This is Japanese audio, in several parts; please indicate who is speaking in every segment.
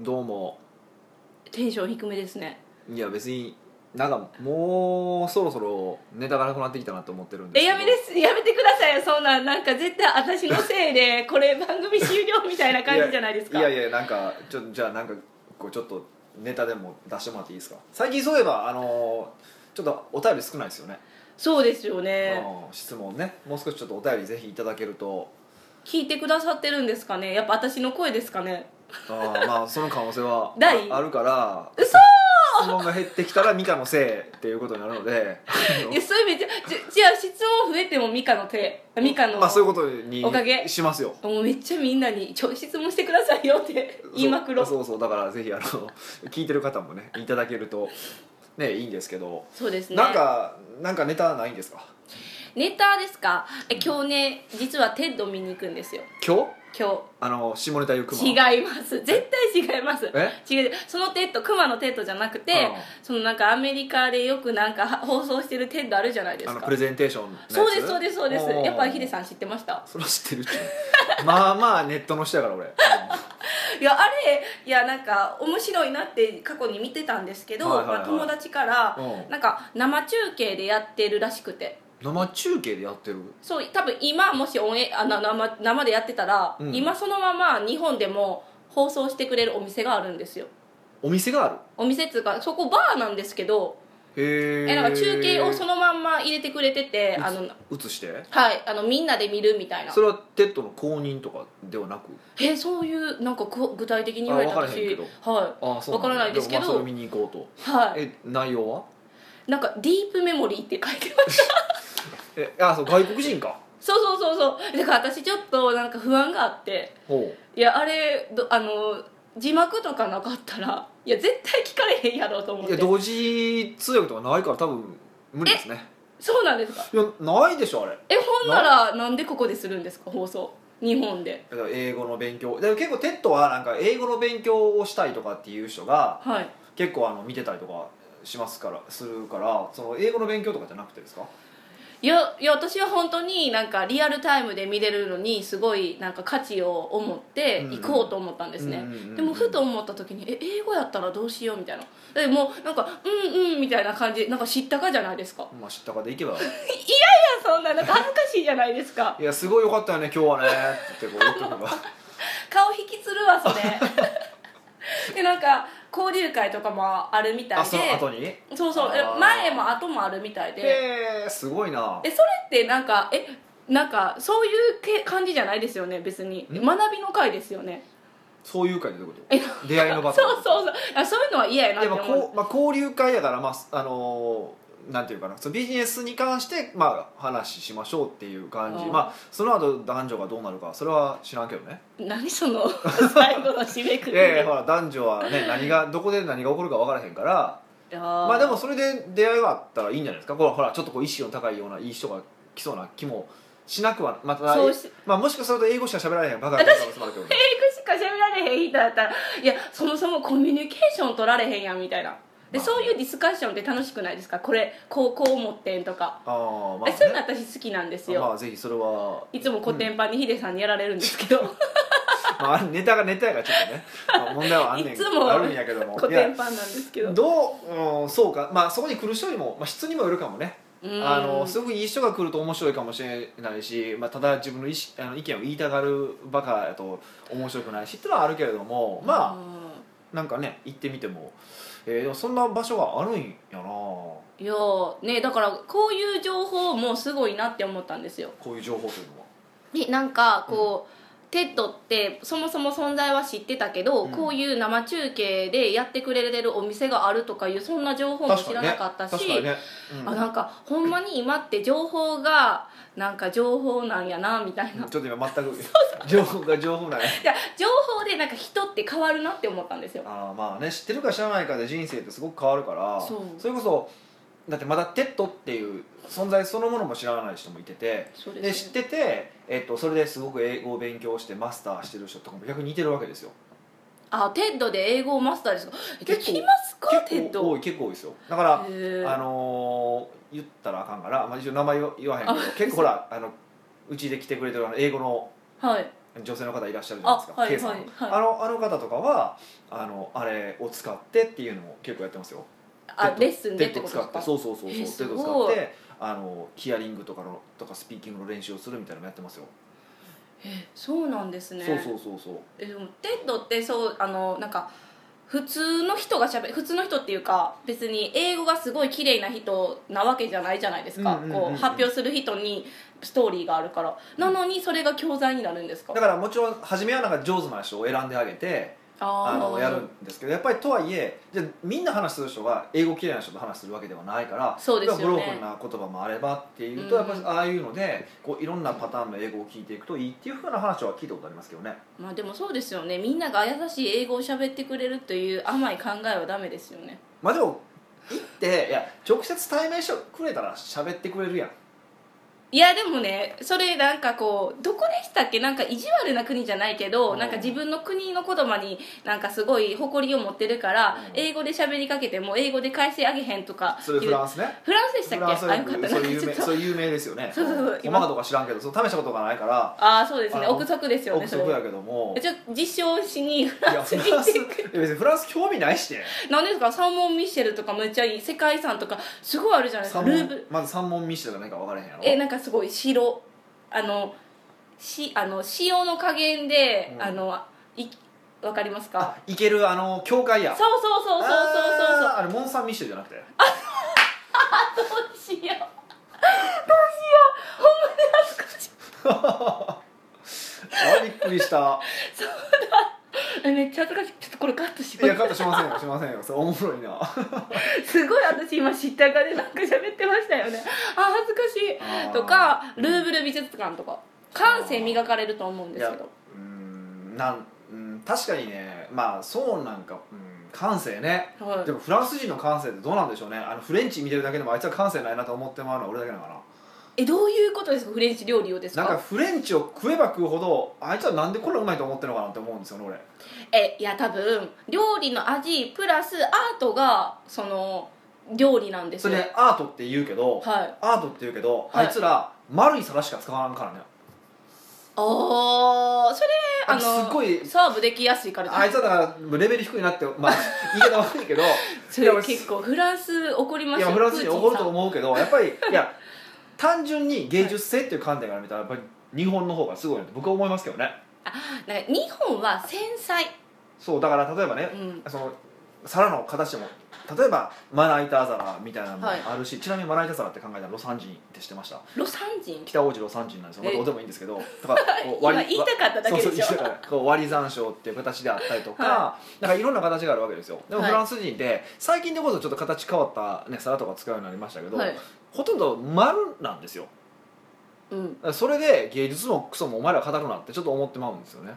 Speaker 1: どうも
Speaker 2: テンション低めですね
Speaker 1: いや別になんかもうそろそろネタがなくなってきたなと思ってるんです
Speaker 2: え
Speaker 1: けど
Speaker 2: やめですやめてくださいよそんななんか絶対私のせ いでこれ番組終了みたいな感じじゃないですか
Speaker 1: いやいやいやなんかちょじゃあなんかこうちょっとネタでも出してもらっていいですか最近そういえばあのーちょっとお便り少ないですよね、
Speaker 2: そうですよね
Speaker 1: うん質問ねもう少しちょっとお便りぜひいただけると
Speaker 2: 聞いてくださってるんですかねやっぱ私の声ですかね
Speaker 1: あーまあその可能性は
Speaker 2: ない
Speaker 1: ああるから
Speaker 2: 嘘
Speaker 1: 質問が減ってきたらミカのせいっていうことになるのであの
Speaker 2: いやそういう意味じゃじゃじゃあ質問増えてもミカの手 ミカの、
Speaker 1: まあ、そういうことに
Speaker 2: おかげ
Speaker 1: しますよ
Speaker 2: もうめっちゃみんなにちょ質問してくださいよって言いまくろう
Speaker 1: そうそうそうだからぜひあの 聞いてる方もねいただけるとねいいんですけど、
Speaker 2: そうですね
Speaker 1: なんかなんかネタないんですか
Speaker 2: ネタですかえ今日ね実はテッド見に行くんですよ
Speaker 1: 今日
Speaker 2: 今
Speaker 1: あの下ネタ言うクマ
Speaker 2: 日違います絶対違います
Speaker 1: え
Speaker 2: 違うそのテッドクマのテッドじゃなくて
Speaker 1: うん
Speaker 2: そのなんかアメリカでよくなんか 放送してるテッドあるじゃないです
Speaker 1: あの
Speaker 2: か
Speaker 1: プレゼンテーションのやつ
Speaker 2: そうですそうですそうです
Speaker 1: おー
Speaker 2: やっぱヒデさん知ってました
Speaker 1: それは知ってるって まあまあネットの人やから俺、
Speaker 2: いやあれいやなんか面白いなって過去に見てたんですけど、
Speaker 1: はいはいはい
Speaker 2: まあ、友達から
Speaker 1: うん
Speaker 2: なんか生中継でやってるらしくて
Speaker 1: 生中継でやってる
Speaker 2: そう多分今もしオンエあな生生でやってたら、
Speaker 1: うん
Speaker 2: 今そのまま日本でも放送してくれるお店があるんですよ
Speaker 1: お店がある
Speaker 2: お店っつうかそこバーなんですけど、
Speaker 1: へえ
Speaker 2: えなんか中継をそ
Speaker 1: の
Speaker 2: のまんま入れてくれててあの
Speaker 1: 映して
Speaker 2: はいあのみんなで見るみたいな
Speaker 1: それはテッドの公認とかではなく
Speaker 2: えそういうなんかこう具体的に言われた
Speaker 1: あ分からへんけ
Speaker 2: 私は
Speaker 1: ああそうんだ
Speaker 2: わからないですけど
Speaker 1: もまあそれ見に行こうと
Speaker 2: いはい
Speaker 1: え内容は
Speaker 2: なんかディープメモリーって書いてました
Speaker 1: えあそう外国人か
Speaker 2: そうそうそうそうだから私ちょっとなんか不安があって
Speaker 1: ほう
Speaker 2: いやあれどあの字幕とかなかったらいや絶対聞かれへんやろうと思っ
Speaker 1: い
Speaker 2: て
Speaker 1: や同時通訳とかないから多分無理ですね
Speaker 2: そうなんですか
Speaker 1: いやないでしょあれ
Speaker 2: えほんならなんでここでするんですか放送日本で
Speaker 1: だから英語の勉強でも結構テッドはなんか英語の勉強をしたいとかっていう人が
Speaker 2: はい
Speaker 1: 結構あの見てたりとかしますからするからその英語の勉強とかじゃなくてですか
Speaker 2: いやいや私は本当になんかリアルタイムで見れるのにすごいなんか価値を思って行こうと思ったんですね、
Speaker 1: うんうんうんうん
Speaker 2: でもふと思った時にえ英語やったらどうしようみたいなでもうなんかうんうんみたいな感じなんか知ったかじゃないですか
Speaker 1: まあ知ったかでいけば「
Speaker 2: いやそんななんか恥ずかしいじゃないですか
Speaker 1: いやすごいよかったよね今日はね」ってこう言ってくのが
Speaker 2: 顔引きつるわそ れでなんか交流会とかもあるみた
Speaker 1: あ
Speaker 2: いで
Speaker 1: その後に
Speaker 2: そうそうえ
Speaker 1: あー
Speaker 2: 前も後もあるみたいで
Speaker 1: へえすごいな
Speaker 2: えそれってなんかえなんかそういうけ感じじゃないですよね別に
Speaker 1: ん
Speaker 2: 学びの会ですよね
Speaker 1: そういう会ってどういうこ
Speaker 2: え
Speaker 1: と出会いの
Speaker 2: そ
Speaker 1: 場
Speaker 2: う
Speaker 1: ってこ
Speaker 2: そう
Speaker 1: と
Speaker 2: そうあそういうのは嫌やなっ
Speaker 1: で
Speaker 2: て
Speaker 1: も
Speaker 2: 思う
Speaker 1: こう、まあ、交流会だから、まああのーなんていうかなそのビジネスに関して、まあ、話しましょうっていう感じ
Speaker 2: うん
Speaker 1: まあ、その後男女がどうなるかそれは知らんけ どね
Speaker 2: 何その最後の締めくく
Speaker 1: い
Speaker 2: り
Speaker 1: やいやほら男女は ね何がどこで何が起こるか分からへんから
Speaker 2: あー
Speaker 1: まあでもそれで出会いがあったらいいんじゃないですかこうほらちょっとこう意識の高いようないい人が来そうな気もしなくはまた
Speaker 2: そうし
Speaker 1: まあ、もしかすると英語しか喋られへんバカな可能性もあるけど ね
Speaker 2: 英語しか喋られへん人だったらいやそもそもコミュニケーション取られへんやんみたいなで
Speaker 1: まあ
Speaker 2: そういうディスカッションって楽しくないですかこれこうこう思ってんとか、
Speaker 1: ああま
Speaker 2: えそういう
Speaker 1: あ
Speaker 2: の
Speaker 1: ね
Speaker 2: 私好きなんですよ、
Speaker 1: まあぜひそれは、
Speaker 2: いつもコテンパンにヒデさんにやられるんですけど、
Speaker 1: まあ、ネタがネタやからちょっとね、まあ問題はあんねん
Speaker 2: いつも
Speaker 1: あるんやけども
Speaker 2: コ
Speaker 1: い
Speaker 2: テ
Speaker 1: や
Speaker 2: ンパンなんですけど
Speaker 1: どう、うん、そうかまあそこに来る人にも、まあ、質にもよるかもね
Speaker 2: うん
Speaker 1: あのすごくいい人が来ると面白いかもしれないし、まあ、ただ自分の意思あの意見を言いたがるバカやと面白くないしってのはあるけれどもま
Speaker 2: あ
Speaker 1: あなんかね行ってみても、えーでもそんな場所があるんやなこ
Speaker 2: いやーねだからこういう情報もすごいなって思ったんですよ
Speaker 1: ういう情報というのは。
Speaker 2: でなんかこう、テッドってそもそも存在は知ってたけど、
Speaker 1: うん
Speaker 2: こういう生中継でやってくれてるお店があるとかいうそんな情報も
Speaker 1: 確か
Speaker 2: 知
Speaker 1: に
Speaker 2: ら
Speaker 1: ね
Speaker 2: なかったし、
Speaker 1: 確かにね、うん
Speaker 2: あなんかほんまに今って情報がなんか情報なんやなみたいな、
Speaker 1: うんちょっと今全く 情報が情報ない
Speaker 2: いや情報でなんか人って変わるなって思ったんですよ
Speaker 1: あーまあね知ってるか知らないかで人生ってすごく変わるから
Speaker 2: そう
Speaker 1: れこそだってまだテッドっていう存在そのものも知らない人もいてて
Speaker 2: そう
Speaker 1: で知ってて、えっと、それですごく英語を勉強してマスターしてる人とかも逆に似てるわけですよ
Speaker 2: あテッドで英語をマスターですかえで
Speaker 1: 結構
Speaker 2: きますかテ
Speaker 1: 結構
Speaker 2: ッド
Speaker 1: 多い結構多いですよだから、
Speaker 2: へー
Speaker 1: あのー言ったらあかんから、まあ、一応名前は言わへんけど結構ほらあのうちで来てくれてるあの英語の
Speaker 2: はい
Speaker 1: 女性の方いらっしゃるじゃないですか
Speaker 2: あはい
Speaker 1: K さん、
Speaker 2: はいはい
Speaker 1: あのあの方とかはあのあれを使ってっていうのも結構やってますよ
Speaker 2: あ
Speaker 1: テッド
Speaker 2: レッスンで
Speaker 1: テッ
Speaker 2: っ
Speaker 1: ド
Speaker 2: てこ
Speaker 1: 使って
Speaker 2: とですか
Speaker 1: そうそうそうそう
Speaker 2: えーすご
Speaker 1: テッ
Speaker 2: い
Speaker 1: ド使ってあのヒアリングとかのとかスピーキングの練習をするみたいなのもやってますよ、
Speaker 2: えそうなんですね
Speaker 1: そうそうそうそう
Speaker 2: えでもテッドってそうあのなんか普通の人がしゃべ普通の人っていうか別に英語がすごい綺麗な人なわけじゃないじゃないですか、
Speaker 1: うんうんうんうん
Speaker 2: こう発表する人にストーリーがあるからなのにそれが教材になるんですか
Speaker 1: だからもちろん初めはなんか上手な人を選んであげてあ
Speaker 2: あー
Speaker 1: のやるんですけどやっぱりとはいえじゃあみんな話する人が英語綺麗な人と話するわけではないから
Speaker 2: そうですよね
Speaker 1: ブロークンな言葉もあればっていうと
Speaker 2: うん
Speaker 1: やっぱりああいうのでこういろんなパターンの英語を聞いていくといいっていうふうな話は聞いたことありますけどね
Speaker 2: まあでもそうですよねみんなが優しい英語を喋ってくれるという甘い考えはダメですよね
Speaker 1: まあでも行っていや直接対面してくれたら喋ってくれるやん
Speaker 2: いやでもねそれなんかこうどこでしたっけなんか意地悪な国じゃないけど、
Speaker 1: うん
Speaker 2: なんか自分の国の言葉になんかすごい誇りを持ってるから、
Speaker 1: うん
Speaker 2: 英語で喋りかけても英語で返せあげへんとか
Speaker 1: それ
Speaker 2: いう
Speaker 1: フランスね
Speaker 2: フランスでした
Speaker 1: フ
Speaker 2: っ
Speaker 1: ラン
Speaker 2: け
Speaker 1: ス
Speaker 2: あ
Speaker 1: は
Speaker 2: よ
Speaker 1: よ
Speaker 2: かっ
Speaker 1: く
Speaker 2: た
Speaker 1: そう
Speaker 2: な
Speaker 1: いう有
Speaker 2: ちょ
Speaker 1: 名
Speaker 2: っと
Speaker 1: そういう有名ですよね
Speaker 2: そうそうそう
Speaker 1: 細かとか知らんけどそう試したことがないから
Speaker 2: ああそうですね
Speaker 1: あの
Speaker 2: 憶測ですよね
Speaker 1: 憶
Speaker 2: それ
Speaker 1: 測やけども
Speaker 2: ちょっと実証しにフ
Speaker 1: い
Speaker 2: ラ
Speaker 1: や
Speaker 2: ンス
Speaker 1: フ
Speaker 2: に
Speaker 1: ラ
Speaker 2: 行
Speaker 1: ン
Speaker 2: っ
Speaker 1: ス
Speaker 2: て
Speaker 1: いや別にフランス興味ないしね
Speaker 2: 何ですかサーモン・ミッシェルとかめっちゃいい世界遺産とかすごいあるじゃないです
Speaker 1: 三
Speaker 2: か
Speaker 1: 問
Speaker 2: ルーブ
Speaker 1: まず三問見してたか何か分からへんやろ
Speaker 2: えなんかすごい白あのしあの塩の加減で、
Speaker 1: うん
Speaker 2: あのいわかりますか
Speaker 1: あ行けるあの教会や
Speaker 2: そうそうそうそうそうそうそう
Speaker 1: あーあれモン・サン・ミッシェルじゃなくて
Speaker 2: どうしようどうしよう
Speaker 1: あびっくりした
Speaker 2: えめっちゃ恥ずかしいちょっとこれカットし
Speaker 1: い
Speaker 2: ま
Speaker 1: やカットしませんよしませんよそれおもろいなあ
Speaker 2: すすごい私今知ったかでなんか喋ってましたよねあ恥ずかし
Speaker 1: ー
Speaker 2: いとかルーブル美術館とか感性磨かれると思うんですけ
Speaker 1: いや
Speaker 2: ど
Speaker 1: うーんなんうん確かにねまあそうなんか、うん、感性ね
Speaker 2: はい
Speaker 1: でもフランス人の感性ってどうなんでしょうねあのフレンチ見てるだけでもあいつは感性ないなと思ってもらうのは俺だけなのかな
Speaker 2: えどういうことですかフレンチ料理をです
Speaker 1: な
Speaker 2: か
Speaker 1: んかフレンチを食えば食うほどあいつはなんでこんなうまいと思ってるのかなって思うんですよね俺
Speaker 2: えいや多分料理の味プラスアートがその料理なんです
Speaker 1: そ
Speaker 2: よ
Speaker 1: れでアートって言うけど、
Speaker 2: はい
Speaker 1: アートって言うけど、
Speaker 2: はい
Speaker 1: あいつら丸い皿しか使わんからね
Speaker 2: ああそれあ
Speaker 1: あ
Speaker 2: の
Speaker 1: すっごい
Speaker 2: サーブできやすいからですね
Speaker 1: あいつはだからレベル低いなって、 まあ、言い方悪いけど
Speaker 2: そ
Speaker 1: いや
Speaker 2: れ結構フランス怒りま
Speaker 1: い
Speaker 2: すよ
Speaker 1: やフランス人怒ると
Speaker 2: う
Speaker 1: 思うけどやっぱりいや単純に芸術性っていう観点から見たらやっぱり日本の方がすごいなって僕は思いますけどね
Speaker 2: なんか日本は繊細、
Speaker 1: そうだから例えばね
Speaker 2: う、ん、
Speaker 1: その皿の形も例えばまな板皿みたいなのも
Speaker 2: はい
Speaker 1: あるし、ちなみにまな板皿って考えたら魯山人って知ってました
Speaker 2: ロサン人
Speaker 1: 北大路魯山人なんですよ、まあ、
Speaker 2: え
Speaker 1: どうでもいいんですけどだからこう
Speaker 2: 今
Speaker 1: 割り
Speaker 2: 言いたかっただけでしょ
Speaker 1: そうそうだからこう割り山椒っていう形であったりとか、
Speaker 2: は
Speaker 1: なんかいろんな形があるわけですよでも
Speaker 2: はい
Speaker 1: フランス人って最近でこそちょっと形変わった、ね、皿とか使うようになりましたけど、
Speaker 2: はい
Speaker 1: ほとんど丸なんですよ
Speaker 2: うん、
Speaker 1: それで芸術もクソもお前ら語るなってちょっと思ってまうんですよね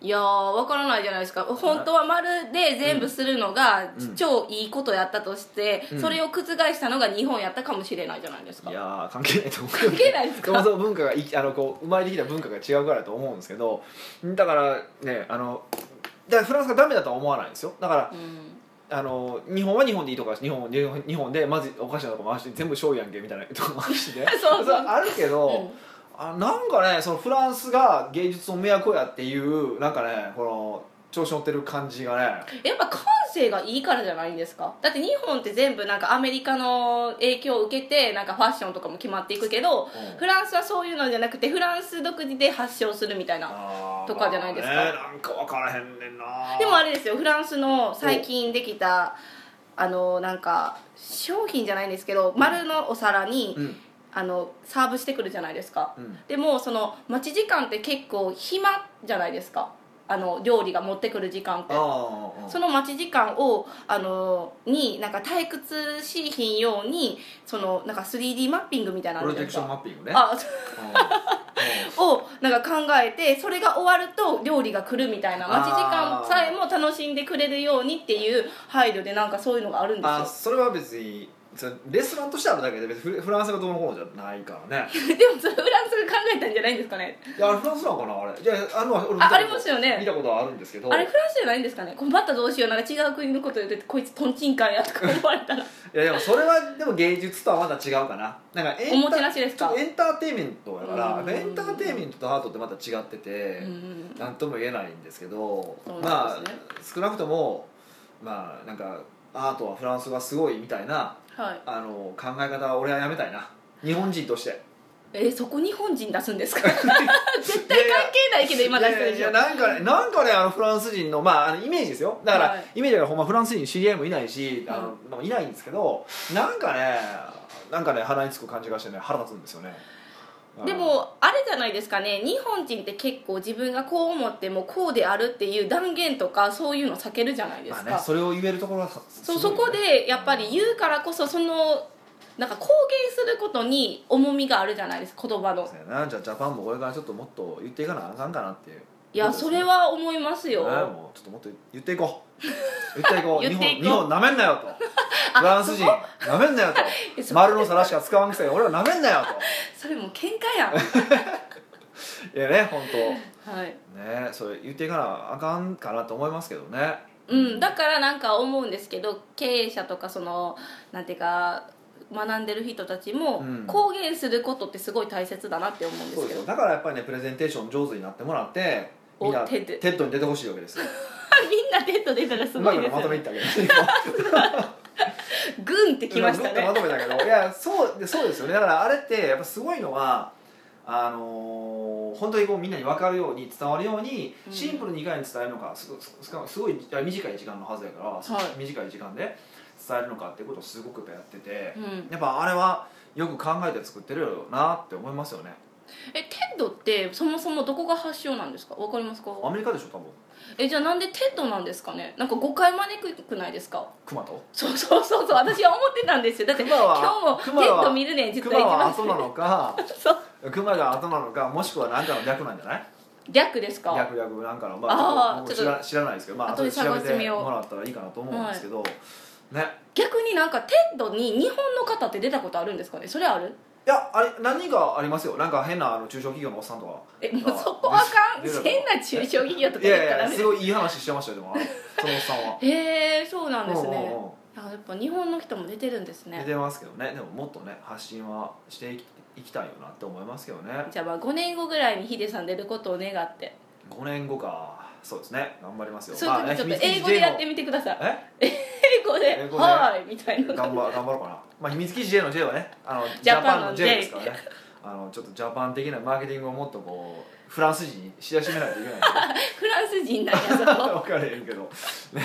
Speaker 2: いやーわからないじゃないですか本当は丸で全部するのが
Speaker 1: うん
Speaker 2: 超いいことやったとして、
Speaker 1: うん
Speaker 2: それを覆したのが日本やったかもしれないじゃないですか
Speaker 1: いやー関係ないと思う関
Speaker 2: 係ないですか
Speaker 1: そもそも文化がいあのこう生まれてきた文化が違うからだと思うんですけどだからねあのだからフランスがダメだとは思わないんですよだから
Speaker 2: うん
Speaker 1: あの日本は日本でいいとか日本日本日本でまずおかしなとこ回して全部醤油やんけみたいなとこ回してね
Speaker 2: そうそう
Speaker 1: れあるけど、
Speaker 2: うん
Speaker 1: あなんかねそのフランスが芸術の都やっていうなんかねこの調子乗ってる感じがね
Speaker 2: やっぱ感性がいいからじゃないんですかだって日本って全部なんかアメリカの影響を受けてなんかファッションとかも決まっていくけど、
Speaker 1: うん
Speaker 2: フランスはそういうのじゃなくてフランス独自で発祥するみたいな
Speaker 1: あー
Speaker 2: とかじゃないですか
Speaker 1: まあねなんか分からへんねんな
Speaker 2: でもあ
Speaker 1: れ
Speaker 2: れですよフランスの最近できたあのなんか商品じゃないんですけど丸のお皿に、
Speaker 1: うん
Speaker 2: あのサーブしてくるじゃないですか、
Speaker 1: うん
Speaker 2: でもその待ち時間って結構暇じゃないですかあの料理が持ってくる時間って
Speaker 1: あーあー
Speaker 2: その待ち時間をあのになんか退屈しひんようにそのなんか 3D マッピングみたいな
Speaker 1: プ
Speaker 2: のあ
Speaker 1: ロ
Speaker 2: るじ
Speaker 1: ジ
Speaker 2: ゃ
Speaker 1: ェ
Speaker 2: ないで
Speaker 1: クシ
Speaker 2: す
Speaker 1: ョンマ
Speaker 2: か
Speaker 1: ッピングね
Speaker 2: あ
Speaker 1: うん
Speaker 2: をなんか考えてそれが終わると料理が来るみたいな待ち時間さえも楽しんでくれるようにっていう配慮でなんかそういうのがあるんです
Speaker 1: あ
Speaker 2: よ
Speaker 1: それは別にそれレストランとしてあるだけで別にフラフランスがどうのこうのじゃないからね
Speaker 2: でもそれフランスが考えたんじゃないんですかね
Speaker 1: いやあれフランスなのかなあれじゃああの俺見た
Speaker 2: あ
Speaker 1: こと
Speaker 2: ありますよ
Speaker 1: 見
Speaker 2: ね
Speaker 1: たことはあるんですけど
Speaker 2: あれフランスじゃないんですかねこれまたどうしようなんか違う国のこと言っててこいつとんちんかんやとか思われ たら
Speaker 1: いやでもそれはでも芸術とはまた違うかななんかエ
Speaker 2: お
Speaker 1: ン
Speaker 2: も
Speaker 1: タ
Speaker 2: てなしです
Speaker 1: ちょっ
Speaker 2: か
Speaker 1: とエンターテインメントやから
Speaker 2: うん
Speaker 1: エンターテインメントとアートってまた違ってて
Speaker 2: うんうん
Speaker 1: 何とも言えないんですけど
Speaker 2: そうな
Speaker 1: ま
Speaker 2: ん
Speaker 1: あ
Speaker 2: ですね
Speaker 1: 少なくともまあなんかアートはフランスがすごいみたいな
Speaker 2: はい
Speaker 1: あの考え方は俺はやめたいな日本人として
Speaker 2: えーそこ日本人出す んですか絶
Speaker 1: 絶
Speaker 2: 対関係ないけど今出してるでしょ
Speaker 1: いやいやなんかねなんかねあのフランス人のまああのイメージですよだから、
Speaker 2: はい
Speaker 1: イメージはほんまフランス人知り合いもいないしあ
Speaker 2: う
Speaker 1: の、まあいないんですけどなんかねなんかね鼻につく感じがしてね腹立つんですよねうん
Speaker 2: でもあれじゃないですかね日本人って結構自分がこう思ってもこうであるっていう断言とかそういうの避けるじゃないです
Speaker 1: ま
Speaker 2: か、
Speaker 1: あねそれを言えるところが
Speaker 2: そうそこでやっぱり言うからこそそのなんか公言することに重みがあるじゃないですか言葉の
Speaker 1: そうやなじゃあジャパンもこれからちょっともっと言っていかなあかんかなっていう
Speaker 2: いやそれは思います
Speaker 1: ね
Speaker 2: よ、
Speaker 1: もうちょっともっと言っていこう言っていこう
Speaker 2: 言
Speaker 1: 日
Speaker 2: っ
Speaker 1: 本
Speaker 2: ていこう
Speaker 1: 日本なめんなよとフランス人なめんなよ
Speaker 2: え
Speaker 1: と
Speaker 2: そ
Speaker 1: 丸の皿しか使わんくせに俺はなめんなよ
Speaker 2: それもう喧 嘩やん
Speaker 1: といやね本当
Speaker 2: はい
Speaker 1: ねそれ言っていかなあかんかなと思いますけどね
Speaker 2: うん、だからなんか思うんですけど経営者とかそのなんていうか学んでる人たちも
Speaker 1: うん
Speaker 2: 公言することってすごい大切だなって思うんで
Speaker 1: そう
Speaker 2: す
Speaker 1: で
Speaker 2: け
Speaker 1: す
Speaker 2: ど、
Speaker 1: よだからやっぱりねプレゼンテーション上手になってもらって
Speaker 2: お
Speaker 1: みんな
Speaker 2: テ
Speaker 1: テ
Speaker 2: ッド
Speaker 1: ッドに出てほしいわけですよ
Speaker 2: みんなデート出たらす
Speaker 1: う
Speaker 2: ご
Speaker 1: ま
Speaker 2: い
Speaker 1: く
Speaker 2: で
Speaker 1: ま
Speaker 2: す
Speaker 1: と
Speaker 2: よ
Speaker 1: め
Speaker 2: ね
Speaker 1: いったけど
Speaker 2: グンってきました
Speaker 1: 今グッとま
Speaker 2: ね
Speaker 1: とめたけどいやそうでそうですよねだからあれってやっぱすごいのはあのー本当にこうみんなに分かるように伝わるように
Speaker 2: うん
Speaker 1: シンプルにいかに伝えるのかすすすすごいあ短い時間のはずやから、
Speaker 2: はい
Speaker 1: 短い時間で伝えるのかっていうことをすごくやっぱやってて
Speaker 2: う、ん、
Speaker 1: やっぱあれはよく考えて作ってるよなって思いますよね
Speaker 2: えテッドってそもそもどこが発祥なんですかわかりますか
Speaker 1: アメリカでしょ多分
Speaker 2: えじゃあなんでテッドなんですかねなんか誤解招くくないですか
Speaker 1: 熊と
Speaker 2: そうそうそうそう私は思ってたんですよだって
Speaker 1: 熊
Speaker 2: 今
Speaker 1: は
Speaker 2: 日も
Speaker 1: 熊
Speaker 2: テッ
Speaker 1: は
Speaker 2: ド見るねん実
Speaker 1: 熊
Speaker 2: は一
Speaker 1: は
Speaker 2: 番
Speaker 1: 後なのか
Speaker 2: そう
Speaker 1: 熊が後なのかもしくは何かの略なんじゃない
Speaker 2: 略ですか
Speaker 1: 略略なんかのま
Speaker 2: あー
Speaker 1: あ僕
Speaker 2: ち
Speaker 1: 知
Speaker 2: ょっ
Speaker 1: ら知らないですけどまあ
Speaker 2: 後
Speaker 1: 後
Speaker 2: で
Speaker 1: で調べ
Speaker 2: 探してみ
Speaker 1: て
Speaker 2: よう
Speaker 1: もらったらいいかなと思うんですけど、ね
Speaker 2: 逆になんかテッドに日本の方って出たことあるんですかねそれある
Speaker 1: いやあれ何人かありますよなんか変なあの中小企業のおっさんとか
Speaker 2: えもうそこあかん
Speaker 1: 出たの
Speaker 2: 変な中小企業とか
Speaker 1: い
Speaker 2: 言っ
Speaker 1: や
Speaker 2: た
Speaker 1: い
Speaker 2: ら
Speaker 1: や
Speaker 2: ね
Speaker 1: すごいいい話してましたよ でもあのそのおっさんは
Speaker 2: へえそうなんです
Speaker 1: うんうん
Speaker 2: ね
Speaker 1: うん
Speaker 2: あやっぱ日本の人も出てるんです
Speaker 1: 出
Speaker 2: ね
Speaker 1: てますけどねでももっとね発信はしていきいきたいよなって思いますけどね
Speaker 2: じゃあまあ5年後ぐらいにヒデさん出ることを願って
Speaker 1: 5年後かそうですね頑張りますよ
Speaker 2: そういう時ちょっと英語でやってみてください
Speaker 1: え
Speaker 2: 英語で
Speaker 1: 英
Speaker 2: 「
Speaker 1: 語で
Speaker 2: はーい」みたいな
Speaker 1: 頑張頑張ろうかな、まあ、秘密基地 J の J はねあの
Speaker 2: ジ
Speaker 1: ジ
Speaker 2: ャ
Speaker 1: ャ
Speaker 2: パ
Speaker 1: パ
Speaker 2: ン
Speaker 1: ン
Speaker 2: の
Speaker 1: の
Speaker 2: J
Speaker 1: J ですからねあのちょっとジャパン的なマーケティングをもっとこうフランス人に知らしめないといけないんで
Speaker 2: フランス人なんやそ こ
Speaker 1: 分かれへんけど、ねま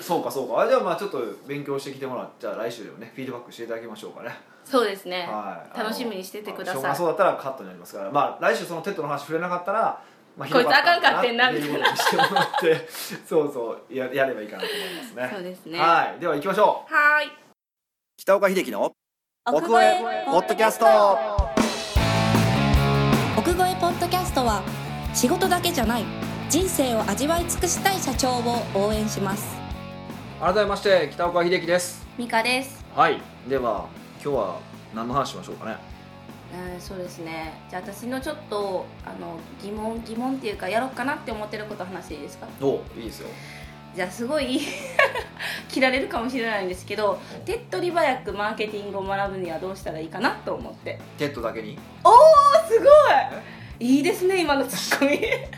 Speaker 1: あ、そうかそうかあじゃあまあちょっと勉強してきてもらってじゃあ来週でもねフィードバックしていただきましょうかね、
Speaker 2: そうですね
Speaker 1: はい、
Speaker 2: 楽しみにしててください
Speaker 1: あのしょうがそうだったらカットになりますからまあ来週そのテッドの話触れなかったらまあ
Speaker 2: こいつ
Speaker 1: ひど
Speaker 2: あかんかってんな
Speaker 1: っていうことにしてもらって そうそうややればいいかなと思いますね
Speaker 2: そうですねは
Speaker 1: はいでは行きましょう
Speaker 2: ーい
Speaker 1: 北岡秀樹の奥越えポッドキャスト
Speaker 2: 奥越えポッドキャストは仕事だけじゃない人生を味わい尽くしたい社長を応援します
Speaker 1: 改めまして北岡秀樹です
Speaker 2: ミカです
Speaker 1: はいでは今日は何の話しましょうかね
Speaker 2: うんそうですねじゃあ私のちょっとあの疑問疑問っていうかやろうかなって思ってること話していいですか
Speaker 1: どういいですよ
Speaker 2: じゃあすごい 切られるかもしれないんですけど手っ取り早くマーケティングを学ぶにはどうしたらいいかなと思って
Speaker 1: テッドだけに
Speaker 2: おおすごいいいですね今のツッコミテ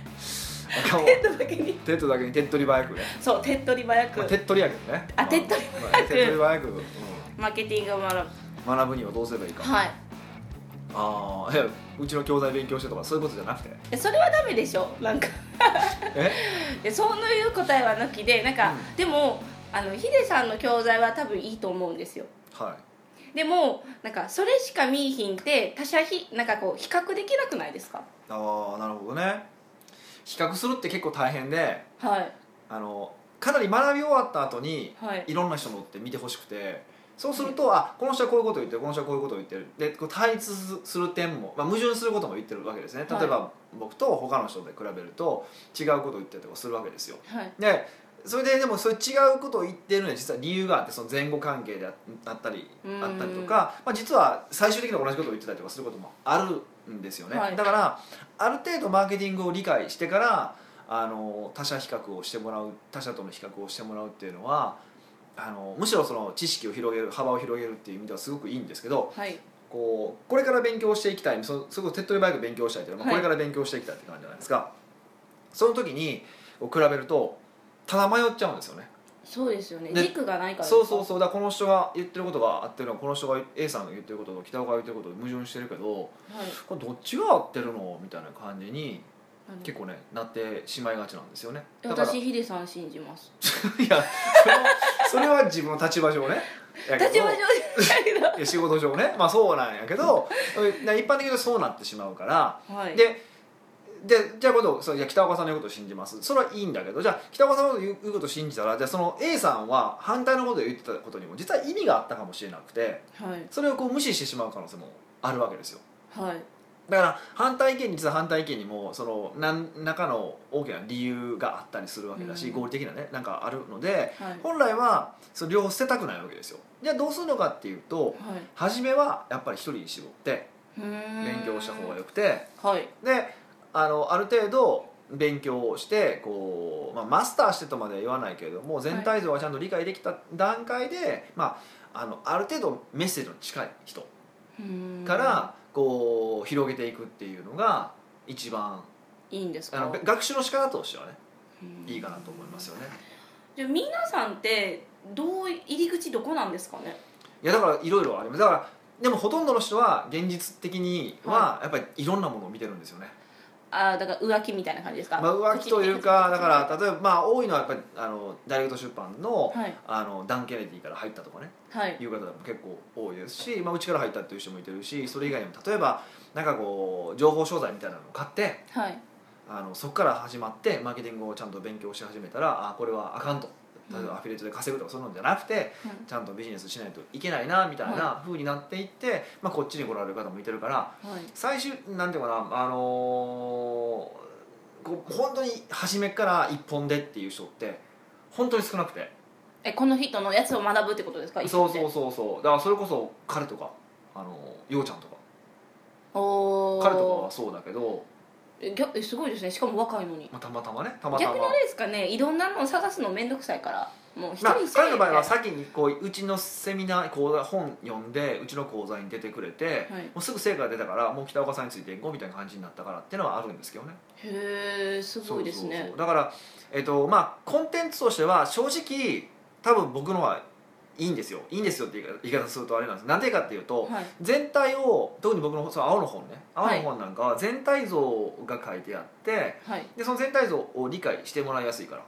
Speaker 1: あかんわ
Speaker 2: ッドだけに
Speaker 1: テッドだけに手っ取り早 くね、
Speaker 2: そう手っ取り早く
Speaker 1: まあ、手っ取りやけどね
Speaker 2: あ手っ取り
Speaker 1: 早手っ取り早く、 うん
Speaker 2: マーケティングを学ぶ
Speaker 1: 学ぶにはどうすればいいか、
Speaker 2: はい
Speaker 1: ああいやうちの教材勉強してとかそういうことじゃなくて
Speaker 2: えそれはダメでしょなんか
Speaker 1: え
Speaker 2: でそういう答えはなきでなんか、
Speaker 1: う
Speaker 2: でもあのヒデさんの教材は多分いいと思うんですよ
Speaker 1: は
Speaker 2: でもなんかそれしか見いひんって他者比なんかこう比較できなくないですか
Speaker 1: いああなるほどね比較するって結構大変で
Speaker 2: はい
Speaker 1: あのかなり学び終わった後に
Speaker 2: はい
Speaker 1: いろんな人のって見てほしくてそうすると、あこの人はこういうことを言ってるこの人はこういうことを言ってるでこう対立する点も、まあ、矛盾することも言ってるわけですね例えば、僕と他の人で比べると違うことを言ってるとかするわけですよ
Speaker 2: はい
Speaker 1: でそれででもそれ違うことを言ってるのに実は理由があってその前後関係でああったり
Speaker 2: うん
Speaker 1: あったりとか、まあ、実は最終的に同じことを言ってたりとかすることもあるんですよね、
Speaker 2: はい
Speaker 1: だからある程度マーケティングを理解してからあの他者比較をしてもらう他者との比較をしてもらうっていうのはあのむしろその知識を広げる幅を広げるっていう意味ではすごくいいんですけど
Speaker 2: はい
Speaker 1: こうこれから勉強していきたいそそれこそ手っ取り早く勉強したいというのは、まあ
Speaker 2: はい
Speaker 1: これから勉強していきたいって感じじゃないですかその時にこう比べるとただ迷っちゃうんですよね
Speaker 2: そうですよね
Speaker 1: で
Speaker 2: 軸がないから
Speaker 1: そうそう
Speaker 2: そ
Speaker 1: そうだからこの人が言ってることが合ってるのはこの人が A さんが言ってることと北岡が言ってることと矛盾してるけど
Speaker 2: う、はい、
Speaker 1: これどっちが合ってるのみたいな感じに
Speaker 2: あの
Speaker 1: 結構ねなってしまいがちなんですよねだからい
Speaker 2: 私ヒデさん信じます
Speaker 1: やそのそれは自分の立場上ねやけど
Speaker 2: 立場上でだ
Speaker 1: いや仕事上ねまあそうなんやけど な一般的にはそうなってしまうから
Speaker 2: けどはい
Speaker 1: ででじゃあ今度そういや北岡さんの言うことを信じますそれはいいんだけどじゃあ北岡さんの言う言うことを信じたらじゃあその A さんは反対のことを言ってたことにも実は意味があったかもしれなくて
Speaker 2: はい
Speaker 1: それをこう無視してしまう可能性もあるわけですよ
Speaker 2: はい
Speaker 1: だから反対意見に実は反対意見にもその何らかの大きな理由があったりするわけだし、
Speaker 2: うん
Speaker 1: 合理的なねなんかあるので
Speaker 2: はい
Speaker 1: 本来はその両方捨てたくないわけですよじゃあどうするのかっていうと
Speaker 2: はい
Speaker 1: 初めはやっぱり一人に絞って
Speaker 2: 勉
Speaker 1: 勉強した方がよくて。
Speaker 2: はい
Speaker 1: であのある程度勉強をしてこう、まあ、マスターしてとまでは言わないけれども全体像がちゃんと理解できた段階で、まあ、あのある程度メッセージの近い人
Speaker 2: うーん
Speaker 1: からこう広げていくっていうのが一番
Speaker 2: いいんです
Speaker 1: あ
Speaker 2: か
Speaker 1: の学習の仕方としてはね
Speaker 2: うん
Speaker 1: いいかなと思いますよね。
Speaker 2: じゃあ皆さんってどう入り口どこなんですかね
Speaker 1: いやだからいろいろありますだからでもほとんどの人は現実的にはやっぱりいろんなものを見てるんですよね。
Speaker 2: ああだから浮気みたいな感じですか
Speaker 1: まあ、浮気というかだ
Speaker 2: は
Speaker 1: から例えばまあ多いのはやっぱりあのダイレクト出版の
Speaker 2: はい
Speaker 1: あのダン・ケネディから入ったとかね
Speaker 2: はい
Speaker 1: いう方も結構多いですし、まあ、うちから入ったっていう人もいてるしそれ以外にも例えばなんかこう情報商材みたいなのを買って
Speaker 2: はい
Speaker 1: あのそこから始まってマーケティングをちゃんと勉強し始めたらあこれはあかんと例えばアフィリエイトで稼ぐとかそういうのじゃなくてちゃんとビジネスしないといけないなみたいな風になっていって、まあ、こっちに来られる方もいてるから
Speaker 2: はい
Speaker 1: 最終なんていうかなあのーこう本当に初めから一本でっていう人って本当に少なくて。
Speaker 2: えこの人のやつを学ぶってことですか
Speaker 1: そうそううそうそうだからそれこそ彼とかあのようちゃんとか
Speaker 2: おお
Speaker 1: 彼とかはそうだけど、
Speaker 2: えぎゃえすごいですねしかも若いのに
Speaker 1: まあ、たまたまねたまたま
Speaker 2: 逆にあれですかねいろんなのを探すの面倒くさいからもう一
Speaker 1: まあ
Speaker 2: 人一、人
Speaker 1: 彼の場合は先にこううちのセミナー講座本読んでうちの講座に出てくれて、
Speaker 2: はい
Speaker 1: もうすぐ成果が出たからもう北岡さんについていこうみたいな感じになったからっていうのはあるんですけどね
Speaker 2: へえすごいですね
Speaker 1: そうそうそうだから、えっとまあ、コンテンツとしては正直多分僕のはいいんですよいいんですよって言い方言い方するとあれなんですなんでかっていうと、
Speaker 2: はい
Speaker 1: 全体を特に僕のその青の本ね青
Speaker 2: は
Speaker 1: の
Speaker 2: い
Speaker 1: 本なんかは全体像が書いてあって、
Speaker 2: はい
Speaker 1: でその全体像を理解してもらいやすいから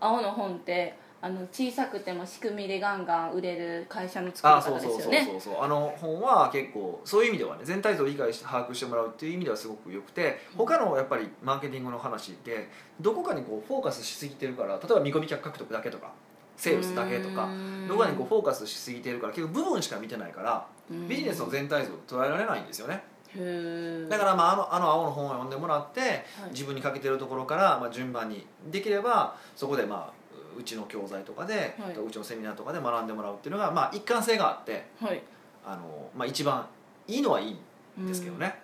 Speaker 2: 青の本ってあの小さくても仕組みでガンガン売れる会社の作り
Speaker 1: そ
Speaker 2: 方
Speaker 1: う
Speaker 2: です
Speaker 1: そう
Speaker 2: よ
Speaker 1: そう
Speaker 2: ね
Speaker 1: そうそうあの本は結構そういう意味ではね全体像を理解して把握してもらうっていう意味ではすごくよくて他のやっぱりマーケティングの話ってどこかにこうフォーカスしすぎてるから例えば見込み客獲得だけとかセールスだけとかどこかにこうフォーカスしすぎてるから結構部分しか見てないからビジネスの全体像を捉えられないんですよね
Speaker 2: 全
Speaker 1: だからら、まあ、あのあの青の本を読んでもらって
Speaker 2: はい
Speaker 1: 自分に欠けてるところから、まあ、順番にできればそこで、まあ、ううちの教材とかで、
Speaker 2: はいう
Speaker 1: ちのセミナーとかで学んでもらうっていうのが、まあ、一貫性があって
Speaker 2: はい
Speaker 1: あの、まあ、一番いいのはいいん
Speaker 2: うん
Speaker 1: ですけどね、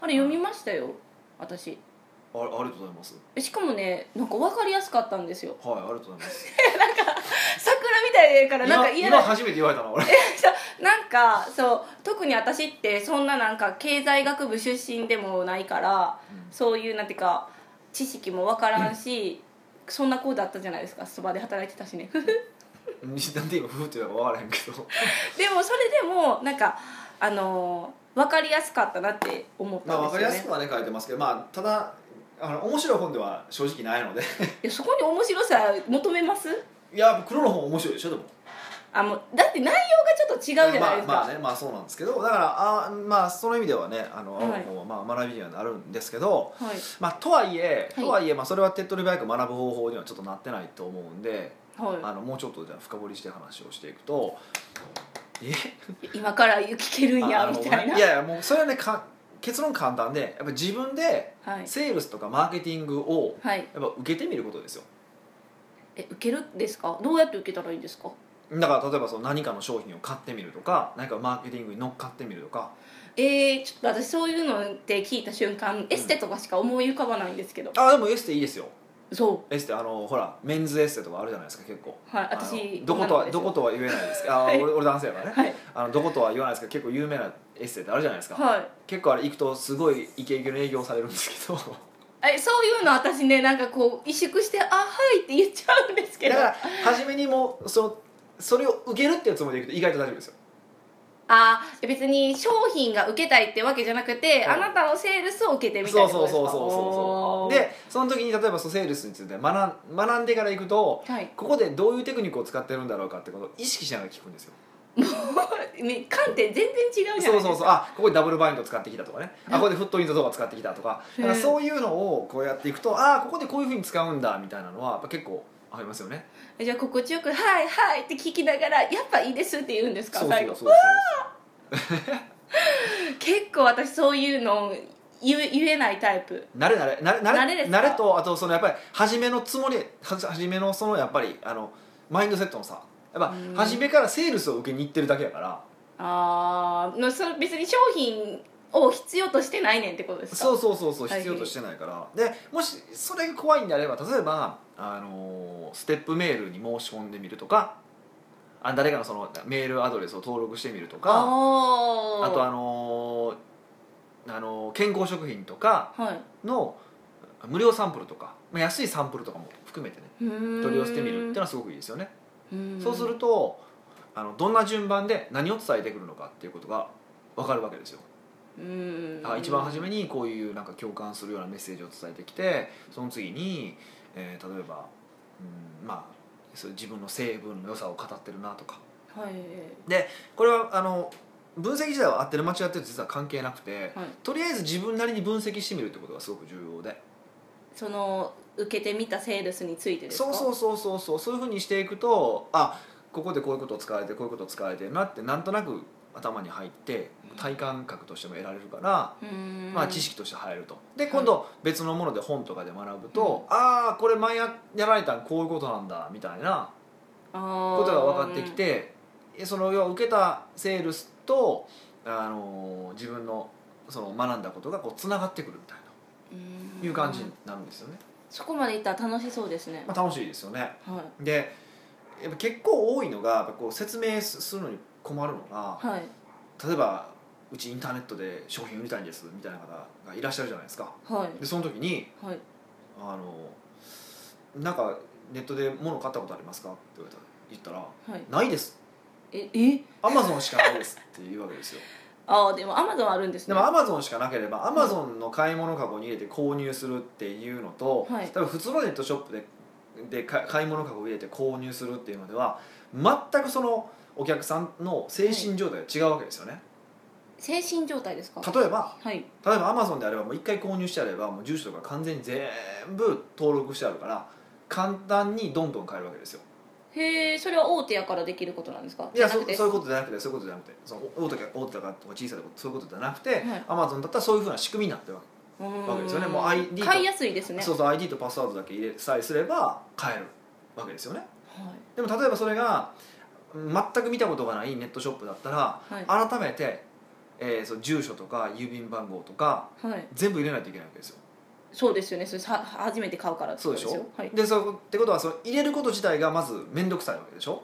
Speaker 2: あれ読みましたよ私
Speaker 1: あありがとうございます
Speaker 2: えしかもねなんか分かりやすかったんですよ
Speaker 1: はいありがとうございます
Speaker 2: 桜みたいでからなんか
Speaker 1: 今
Speaker 2: 嫌
Speaker 1: 今
Speaker 2: な
Speaker 1: 初めて言われたな俺
Speaker 2: なんかそう特に私ってそんななんか経済学部出身でもないからそういうなんていうか知識も分からんし、そんな子だったじゃないですかそばで働いてたしね
Speaker 1: うんなんで今ふーって言うのか分からへんけど
Speaker 2: でもそれでもなんかあのー分かりやすかったなって思っ
Speaker 1: まあ
Speaker 2: たんで
Speaker 1: 分か
Speaker 2: すよね、
Speaker 1: りやすくはね書いてますけどまあただあの面白い本では正直ないので
Speaker 2: いやそこに面白さ求めます
Speaker 1: いや黒の本面白いでしょでも
Speaker 2: あもうだって内容がちょっと違うじゃないです
Speaker 1: ま
Speaker 2: か、
Speaker 1: あ、まあねまあそうなんですけどだからあまあその意味ではねあの青の方はまあ学びにはなるんですけど、
Speaker 2: はい
Speaker 1: まあとはいえ、
Speaker 2: はい
Speaker 1: とはいえまあそれは手っ取り早く学ぶ方法にはちょっとなってないと思うんで、
Speaker 2: は
Speaker 1: あのもうちょっとじゃあ深掘りして話をしていくとえ
Speaker 2: い、今から聞けるん
Speaker 1: あ
Speaker 2: や
Speaker 1: あの
Speaker 2: みたいな
Speaker 1: ごめんいやいやもうそれはねか結論簡単でやっぱり自分で
Speaker 2: はい、
Speaker 1: セールスとかマーケティングを
Speaker 2: はい、
Speaker 1: やっぱ受けてみることですよ
Speaker 2: けるんですかどうやって受けたらいいんですか
Speaker 1: だから例えばその何かの商品を買ってみるとか何かマーケティングに乗っかってみるとか
Speaker 2: えー、ちょっと私そういうのって聞いた瞬間エステとかしか思い浮かばないんですけど、
Speaker 1: あでもエステいいですよ
Speaker 2: そ
Speaker 1: エステあのほらメンズエステとかあるじゃないですか結構
Speaker 2: うはい
Speaker 1: あの
Speaker 2: 私
Speaker 1: どこと
Speaker 2: 女
Speaker 1: は
Speaker 2: の子です
Speaker 1: どことは言えないですけど、あ
Speaker 2: はい
Speaker 1: 俺俺男性やからね、
Speaker 2: はい
Speaker 1: あのどことは言わないですけど結構有名なエステってあるじゃないですか、
Speaker 2: はい
Speaker 1: 結構あれ行くとすごいイケイケの営業されるんですけど
Speaker 2: えそういうの私ねなんかこう萎縮して「あはい」って言っちゃうんですけ
Speaker 1: だ
Speaker 2: ど
Speaker 1: か
Speaker 2: あ
Speaker 1: ら初めにもうそのそれを受けるっていうつもりでいくと意外と大丈夫ですよ
Speaker 2: あー別に商品が受けたいってわけじゃなくて、
Speaker 1: うん
Speaker 2: あなたのセールスを受けてみたい
Speaker 1: そ
Speaker 2: な
Speaker 1: うそうそうそうそうそう
Speaker 2: で
Speaker 1: でその時に例えばそのセールスについて学ん学んでから行くと
Speaker 2: すかおーはい
Speaker 1: ここでどういうテクニックを使ってるんだろうかってことを意識しながら聞くんですよ
Speaker 2: ね観点全然違うじゃないですか
Speaker 1: そうそうそうあここでダブルバインド使ってきたとかねあここでフットインドとか使ってきたとか
Speaker 2: へ
Speaker 1: な
Speaker 2: ー
Speaker 1: んかそういうのをこうやっていくとああここでこういうふうに使うんだみたいなのはやっぱ結構ありますよね
Speaker 2: じゃあ心地よく「はいはい」って聞きながら「やっぱいいです」って言うんですか
Speaker 1: そうそう
Speaker 2: 最
Speaker 1: そう
Speaker 2: 後
Speaker 1: そう
Speaker 2: 結構私そういうの言え言えないタイプ
Speaker 1: 慣れ慣れ慣れ
Speaker 2: 慣
Speaker 1: 慣れ
Speaker 2: れですか
Speaker 1: 慣れとあとそのやっぱり初めのつもりはじ初めのそのやっぱりあのマインドセットのさやっぱ
Speaker 2: うん
Speaker 1: 初めからセールスを受けに行ってるだけやから
Speaker 2: ああその別に商品を必要としてないねんってことですか
Speaker 1: そうそうそうそう
Speaker 2: はい
Speaker 1: 必要としてないから、でもしそれが怖いんであれば例えば、あのーステップメールに申し込んでみるとかあ誰かのそのメールアドレスを登録してみるとか
Speaker 2: あ
Speaker 1: あ
Speaker 2: ー
Speaker 1: とあのーあのー健康食品とか
Speaker 2: はい
Speaker 1: の無料サンプルとか、まあ、安いサンプルとかも含めてね
Speaker 2: 取
Speaker 1: 取り寄せてみるっていうのはすごくいいですよね。
Speaker 2: うん
Speaker 1: そうするとあのどんな順番で何を伝えてくるのかっていうことが分かるわけですよ。
Speaker 2: うん
Speaker 1: あ一番初めにこういうなんか共感するようなメッセージを伝えてきてその次に、えー例えば、うん、まあそう自分の成分の良さを語ってるなとか
Speaker 2: はい
Speaker 1: これはあの分析自体は合ってる間違ってる実は関係なくて
Speaker 2: はい
Speaker 1: とりあえず自分なりに分析してみるってことがすごく重要で
Speaker 2: その受けてみたセールスについてですか
Speaker 1: そうそううそうそうそうそういうふうにしていくとあここでこういうことを使われてこういうことを使われてるなってなんとなく頭に入って体感覚としても得られるから
Speaker 2: うん
Speaker 1: まあ、知識として入るとで今度別のもので本とかで学ぶと、ああこれ前ややられたんこういうことなんだみたいな
Speaker 2: こ
Speaker 1: ことが分かってきてえその要は受けたセールスと、あのー自分のその学んだことがこうつながってくるみたいないう感じになるんですよね、
Speaker 2: そこまでいったら楽しそうですね
Speaker 1: まあ、楽しいですよね
Speaker 2: はい
Speaker 1: でやっぱ結構多いのがやっぱこう説明すするのに困るのが
Speaker 2: はい
Speaker 1: 例えばうちインターネットで商品売りたいんですみたいな方がいらっしゃるじゃないですか
Speaker 2: はい
Speaker 1: でその時に
Speaker 2: はい
Speaker 1: あのなんかネットで物買ったことありますか?」って言われた言ったら
Speaker 2: はい
Speaker 1: 「ない です
Speaker 2: ええ
Speaker 1: アマゾンしかないです」って言うわけですよ
Speaker 2: ああでもアマゾンあるんです
Speaker 1: で
Speaker 2: ね
Speaker 1: もアマゾンしかなければアマゾンの買い物かごに入れて購入するっていうのと、
Speaker 2: はい
Speaker 1: 多分普通のネットショップででか買い物かごを入れて購入するっていうのでは全くそのお客さんの精神状態が違うわけですよね、
Speaker 2: 精神状態ですか
Speaker 1: 例えば
Speaker 2: はい
Speaker 1: 例えばアマゾンであればもう一回購入してあればもう住所とか完全に全部登録してあるから簡単にどんどん買えるわけですよ
Speaker 2: へえそれは大手やからできることなんですか
Speaker 1: いや
Speaker 2: じゃ
Speaker 1: そ
Speaker 2: なくて
Speaker 1: そういうことじゃなくてそういうことじゃなくてその大手か大手だかとか小さいとかそういうことじゃなくて、
Speaker 2: はい
Speaker 1: アマゾンだったらそういうふうな仕組みになってるわけ、
Speaker 2: うーん
Speaker 1: わけですよねもう ID と
Speaker 2: 買いやすいですね
Speaker 1: そうそう ID とパスワードだけ入れさえすれば買えるわけですよねでも例えばそれが全く見たことがないネットショップだったら
Speaker 2: はいは
Speaker 1: 改めて、えー、その住所とか郵便番号とか
Speaker 2: いはい
Speaker 1: 全部入れないといけないわけですよ
Speaker 2: そうですよねそれさ初めて買うからって
Speaker 1: そ
Speaker 2: こ
Speaker 1: う
Speaker 2: と
Speaker 1: でしょ
Speaker 2: すよはい
Speaker 1: でそうってことはその入れること自体がまず面倒くさいわけでしょ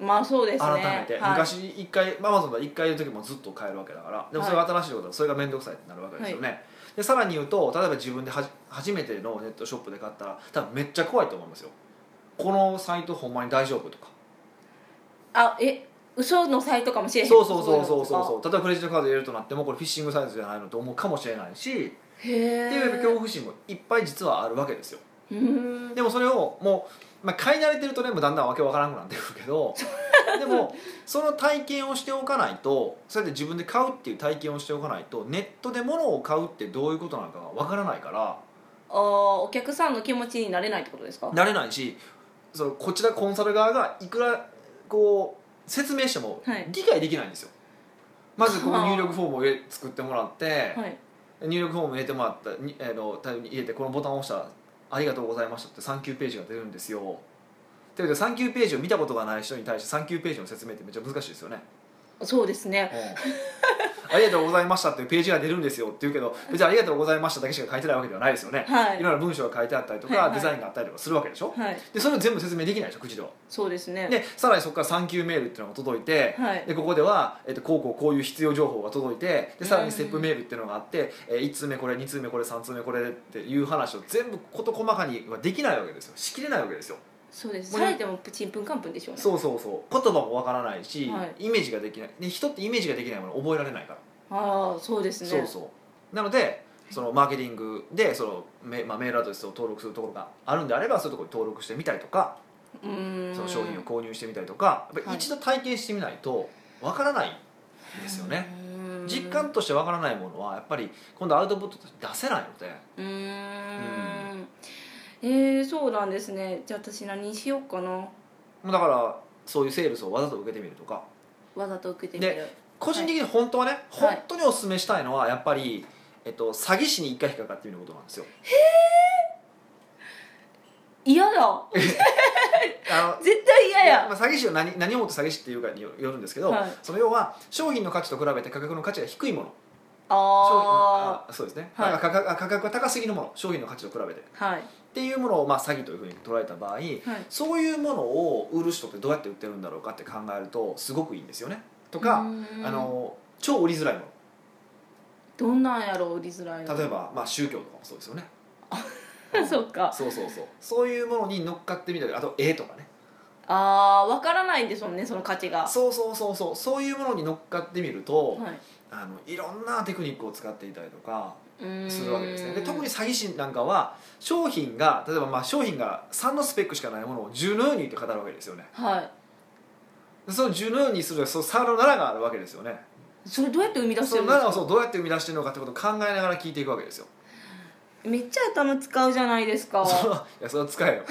Speaker 2: まあそうですね
Speaker 1: 改めて、
Speaker 2: はい
Speaker 1: 昔一回アマゾンが一回いる時もずっと買えるわけだからでもそれが新しいことだそれが面倒くさいってなるわけですよね、でさらに言うと例えば自分ではじ初めてのネットショップで買ったら多分めっちゃ怖いと思いますよこのサイトほんまに大丈夫とか
Speaker 2: あえ嘘のサイトかもしれへん
Speaker 1: そうそうそうそう
Speaker 2: いのと
Speaker 1: そうそう例えばクレジットカード入れるとなってもこれフィッシングサイトじゃないのと思うかもしれないし、
Speaker 2: かへえ
Speaker 1: っていう恐怖心もいっぱい実はあるわけですよ
Speaker 2: うーん
Speaker 1: でもそれをもう、まあ、買い慣れてるとねもうだんだんわけわからなくなってくるけ どでもその体験をしておかないとそうやって自分で買うっていう体験をしておかないとネットで物を買うってどういうことなのかがわからないから
Speaker 2: あーお客さんの気持ちになれないってことですか
Speaker 1: なれないしそのこちらコンサル側がいくらこう説明しても
Speaker 2: はい
Speaker 1: 理解できないんですよ。まずこ
Speaker 2: は
Speaker 1: の
Speaker 2: あ
Speaker 1: 入力フォームを入れ作ってもらって、
Speaker 2: はい
Speaker 1: 入力フォーム入れてもらったに、えーのタイムに入れてこのボタンを押したら「ありがとうございました」って「サンキューページが出るんですよ」というか3級ページを見たことがない人に対して3級ページの説明ってめっちゃ難しいですよね、
Speaker 2: そうですね
Speaker 1: ありがとうございましたっていうページが出るんですよって言うけど別にありがとうございましただけしか書いてないわけではないですよね、
Speaker 2: はい
Speaker 1: ろんな文章が書いてあったりとか、
Speaker 2: はいはい
Speaker 1: デザインがあったりとかするわけでしょ、
Speaker 2: はい
Speaker 1: でそれを全部説明できないでしょ口では
Speaker 2: そうですね
Speaker 1: でさらにそこから3級メールっていうのが届いて、
Speaker 2: はい
Speaker 1: でここでは、えっと、こうこうこういう必要情報が届いてでさらにステップメールっていうのがあって、えー1通目これ2通目これ3通目これっていう話を全部事細かにはできないわけですよしきれないわけですよ
Speaker 2: そうです
Speaker 1: もう
Speaker 2: されてもプチンプンカンプンでしょうね
Speaker 1: そうそうそう言葉もわからないし、
Speaker 2: は
Speaker 1: イメージができないで人ってイメージができないものを覚えられないから
Speaker 2: ああそうですね
Speaker 1: そうそうなのでそのマーケティングでそのメ,、まあ、メールアドレスを登録するところがあるんであればそういうところに登録してみたりとか
Speaker 2: うーん
Speaker 1: その商品を購入してみたりとかやっぱり一度体験してみないとわからないんですよね、
Speaker 2: うーん
Speaker 1: 実感としてわからないものはやっぱり今度アウトプットとして出せないので
Speaker 2: うーんえー、そうなんですねじゃあ私何しようかな
Speaker 1: もうだからそういうセールスをわざと受けてみるとか
Speaker 2: わざと受けてみる
Speaker 1: 個人的に本当はね、
Speaker 2: はい
Speaker 1: 本当にお勧めしたいのはやっぱり、えっと、詐欺師に一回引っかかってみることなんですよ
Speaker 2: 嫌だ
Speaker 1: あ の
Speaker 2: 絶対嫌や
Speaker 1: まあ、詐欺師は何何をもって詐欺師っていうかによるんですけど、
Speaker 2: はい
Speaker 1: その要は商品の価値と比べて価格の価値が低いもの商品
Speaker 2: あ
Speaker 1: あそうですね、
Speaker 2: はい
Speaker 1: あ価格あ価格が高すぎるもの商品の価値と比べてっ
Speaker 2: あはい
Speaker 1: ていうものを、まあ、詐欺というふうに捉えた場合、
Speaker 2: はい
Speaker 1: そういうものを売る人ってどうやって売ってるんだろうかって考えるとすごくいいんですよねとか、
Speaker 2: うーん
Speaker 1: あの超売りづらいも
Speaker 2: どんなんやろう売りづらい
Speaker 1: の例え ば、まあ、宗教とかもそうですよね
Speaker 2: ば そっか
Speaker 1: そうそうそうそういうものに乗っかってみたりあと絵とかね
Speaker 2: ああわからないんですもんねその価値がは
Speaker 1: そうそうそうそうそういうものに乗っかってみると、
Speaker 2: い
Speaker 1: あのいろんなテクニックを使っていたりとか
Speaker 2: うーん
Speaker 1: するわけですねで特に詐欺師なんかは商品が例えばまあ商品が3のスペックしかないものを10のようにって語るわけですよね
Speaker 2: はい
Speaker 1: でその10のようにするとその3の7があるわけですよね
Speaker 2: それどうやって生み出して
Speaker 1: そ
Speaker 2: るん
Speaker 1: の
Speaker 2: で
Speaker 1: 7
Speaker 2: すか
Speaker 1: をそうどうやって生み出してるのかってことを考えながら聞いていくわけですよ
Speaker 2: めっちゃ頭使うじゃないですか
Speaker 1: そのいやそれは使えよ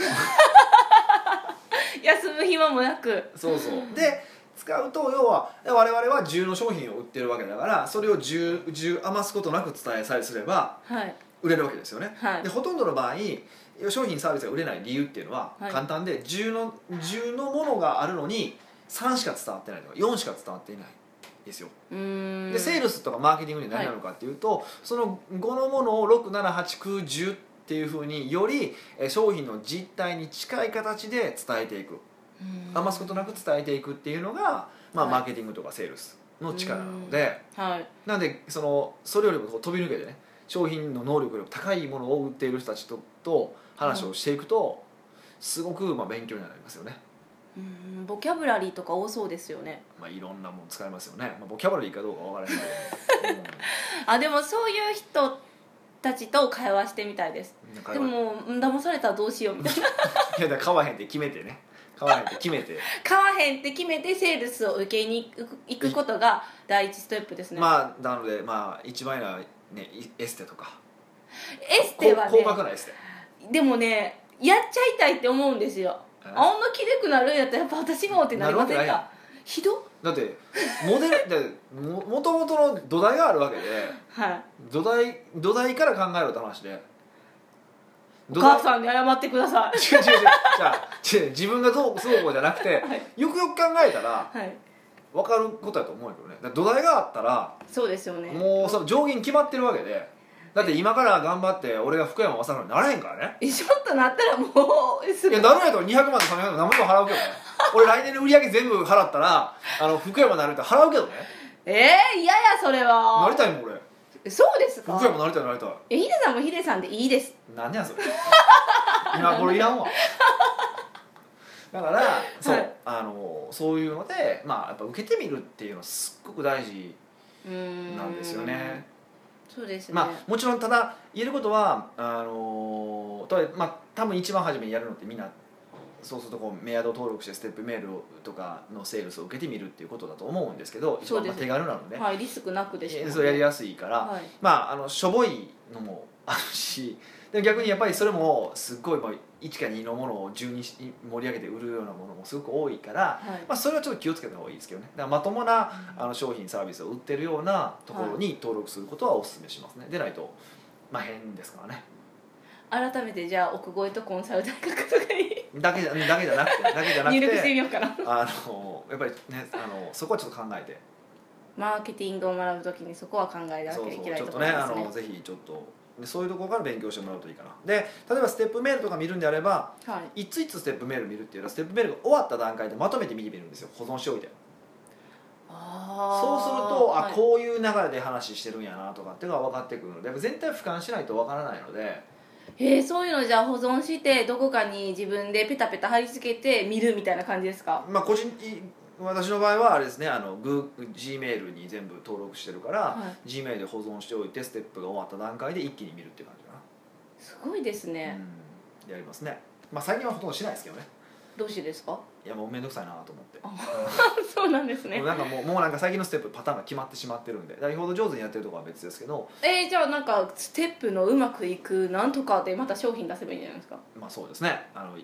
Speaker 2: 休む暇もなく
Speaker 1: そうそうで使うと要は我々は10の商品を売ってるわけだからそれを 10, 10余すことなく伝えさえすれば
Speaker 2: はい
Speaker 1: 売れるわけですよね、
Speaker 2: はい
Speaker 1: でほとんどの場合商品サービスが売れない理由っていうのは
Speaker 2: はい
Speaker 1: 簡単で、10, の10のものがあるのに3しか伝わってないとか4しか伝わっていないですよ
Speaker 2: うーん
Speaker 1: でセールスとかマーケティングには何なのかっていうと、その5のものを678910っていうふうによりえー商品の実態に近い形で伝えていく
Speaker 2: うーん
Speaker 1: 余すことなく伝えていくっていうのが、まあ、
Speaker 2: はい
Speaker 1: マーケティングとかセールスの力なので。
Speaker 2: はい
Speaker 1: なんでそのそれよりもこう飛び抜けてね商品の能力よりも高いものを売っている人たちとと話をしていくと、すごくまあ勉強になりますよね、
Speaker 2: うーんボキャブラリーとか多そうですよね
Speaker 1: まあ、いろんなもの使えますよね、まあ、ボキャブラリーかどうかわからない けど、
Speaker 2: あでもそういう人たちと会話してみたいです
Speaker 1: うん、なんか
Speaker 2: でもうん騙されたらどうしようみたいない
Speaker 1: やだから買わへんって決めてね買わへんって決め て、
Speaker 2: 買わへんって決めてセールスを受けに行く行くことが第一ステップですね、
Speaker 1: まあなのでまあ一番いいのは、ね、いエステとか
Speaker 2: エステは
Speaker 1: 高
Speaker 2: ね
Speaker 1: 高額なエステ
Speaker 2: でもねやっちゃいたいって思うんですよ
Speaker 1: え
Speaker 2: あんなきれくなるんやったらやっぱ私もってなり
Speaker 1: なるわ
Speaker 2: ません
Speaker 1: けないやん
Speaker 2: かひどっ
Speaker 1: だってモデルだってももともとの土台があるわけで
Speaker 2: はい
Speaker 1: 土台土台から考えろって話で
Speaker 2: お
Speaker 1: 土台
Speaker 2: 母さんに謝ってください
Speaker 1: 違う違う違うじゃあ違う自分がどうそうこうじゃなくて、
Speaker 2: はい
Speaker 1: よくよく考えたら
Speaker 2: はい
Speaker 1: 分かることだと思うけどねだから土台があったら
Speaker 2: そうですよね
Speaker 1: もうその上限決まってるわけでだって今から頑張って俺が福山雅治にならへんからね
Speaker 2: えちょっとなったらもうす
Speaker 1: い
Speaker 2: ぐ
Speaker 1: やなるんやったら200万と300万何万と払うけどね俺来年の売り上げ全部払ったらあの福山になるって払うけどね
Speaker 2: えー、嫌やそれ
Speaker 1: な
Speaker 2: は
Speaker 1: りたいもん俺
Speaker 2: そうですか
Speaker 1: 福山なりたいなりたい
Speaker 2: えヒデさんもヒデさんでいいです
Speaker 1: なんやそれ今これいらんわだからそう、
Speaker 2: はい
Speaker 1: あのそういうのでまあやっぱ受けてみるっていうのはすっごく大事
Speaker 2: うーん
Speaker 1: なんですよね
Speaker 2: そうですね、
Speaker 1: まあもちろんただ言えることはあのとまあ多分一番初めにやるのってみんなそうするとこうメアド登録してステップメールとかのセールスを受けてみるっていうことだと思うんですけど一
Speaker 2: そう
Speaker 1: 番
Speaker 2: で
Speaker 1: ますあ手軽なので、ね
Speaker 2: はいリスクなくでしょ
Speaker 1: そうやりやすいから、
Speaker 2: はい
Speaker 1: まあ、あのしょぼいのもあるしでも逆にやっぱりそれもすっごいもう1か2のものを順にし盛り上げて売るようなものもすごく多いから、
Speaker 2: はい
Speaker 1: まあ、それはちょっと気をつけた方がいいですけどねだからまともなあの商品サービスを売ってるようなところに登録することはお勧めしますねでないと、まあ、変ですからね
Speaker 2: 改めてじゃあ奥越えとコンサル大学とかに
Speaker 1: だけじゃだけじゃなく てだけじゃなく
Speaker 2: 入力してみ
Speaker 1: て
Speaker 2: ようかな
Speaker 1: あのやっぱりねあのそこはちょっと考えて
Speaker 2: マーケティングを学ぶときにそこは考えなき
Speaker 1: そう
Speaker 2: ゃい
Speaker 1: そう
Speaker 2: けない
Speaker 1: ちょ
Speaker 2: と
Speaker 1: っ
Speaker 2: ことろ
Speaker 1: ね
Speaker 2: です
Speaker 1: あ
Speaker 2: ね
Speaker 1: のぜひちょっとでそういうところから勉強してもらうといいかなで例えばステップメールとか見るんであれば
Speaker 2: はい
Speaker 1: いついつステップメール見るっていうのはステップメールが終わった段階でまとめて見てみるんですよ保存しておいてそうするとあ、
Speaker 2: う
Speaker 1: こういう流れで話してるんやなとかっていうのが分かってくるのでやっぱ全体を俯瞰しないと分からないので
Speaker 2: えー、そういうのじゃあ保存してどこかに自分でペタペタ貼り付けて見るみたいな感じですか
Speaker 1: まあ個人い私の場合はあれですねあの Gmail に全部登録してるから、
Speaker 2: は
Speaker 1: Gmail で保存しておいてステップが終わった段階で一気に見るっていう感じか
Speaker 2: すごいです
Speaker 1: な、
Speaker 2: ね、
Speaker 1: うん、やりますねまあ最近はほとんどしないですけどね
Speaker 2: どうしてですか
Speaker 1: いやもう面倒くさいなと思って
Speaker 2: そうなんですね
Speaker 1: もうなんかもうもうなんか最近のステップパターンが決まってしまってるんでよほど上手にやってるとこは別ですけど
Speaker 2: えー、じゃあなんかステップのうまくいくなんとかでまた商品出せばいいんじゃないですか
Speaker 1: まあそうですねあの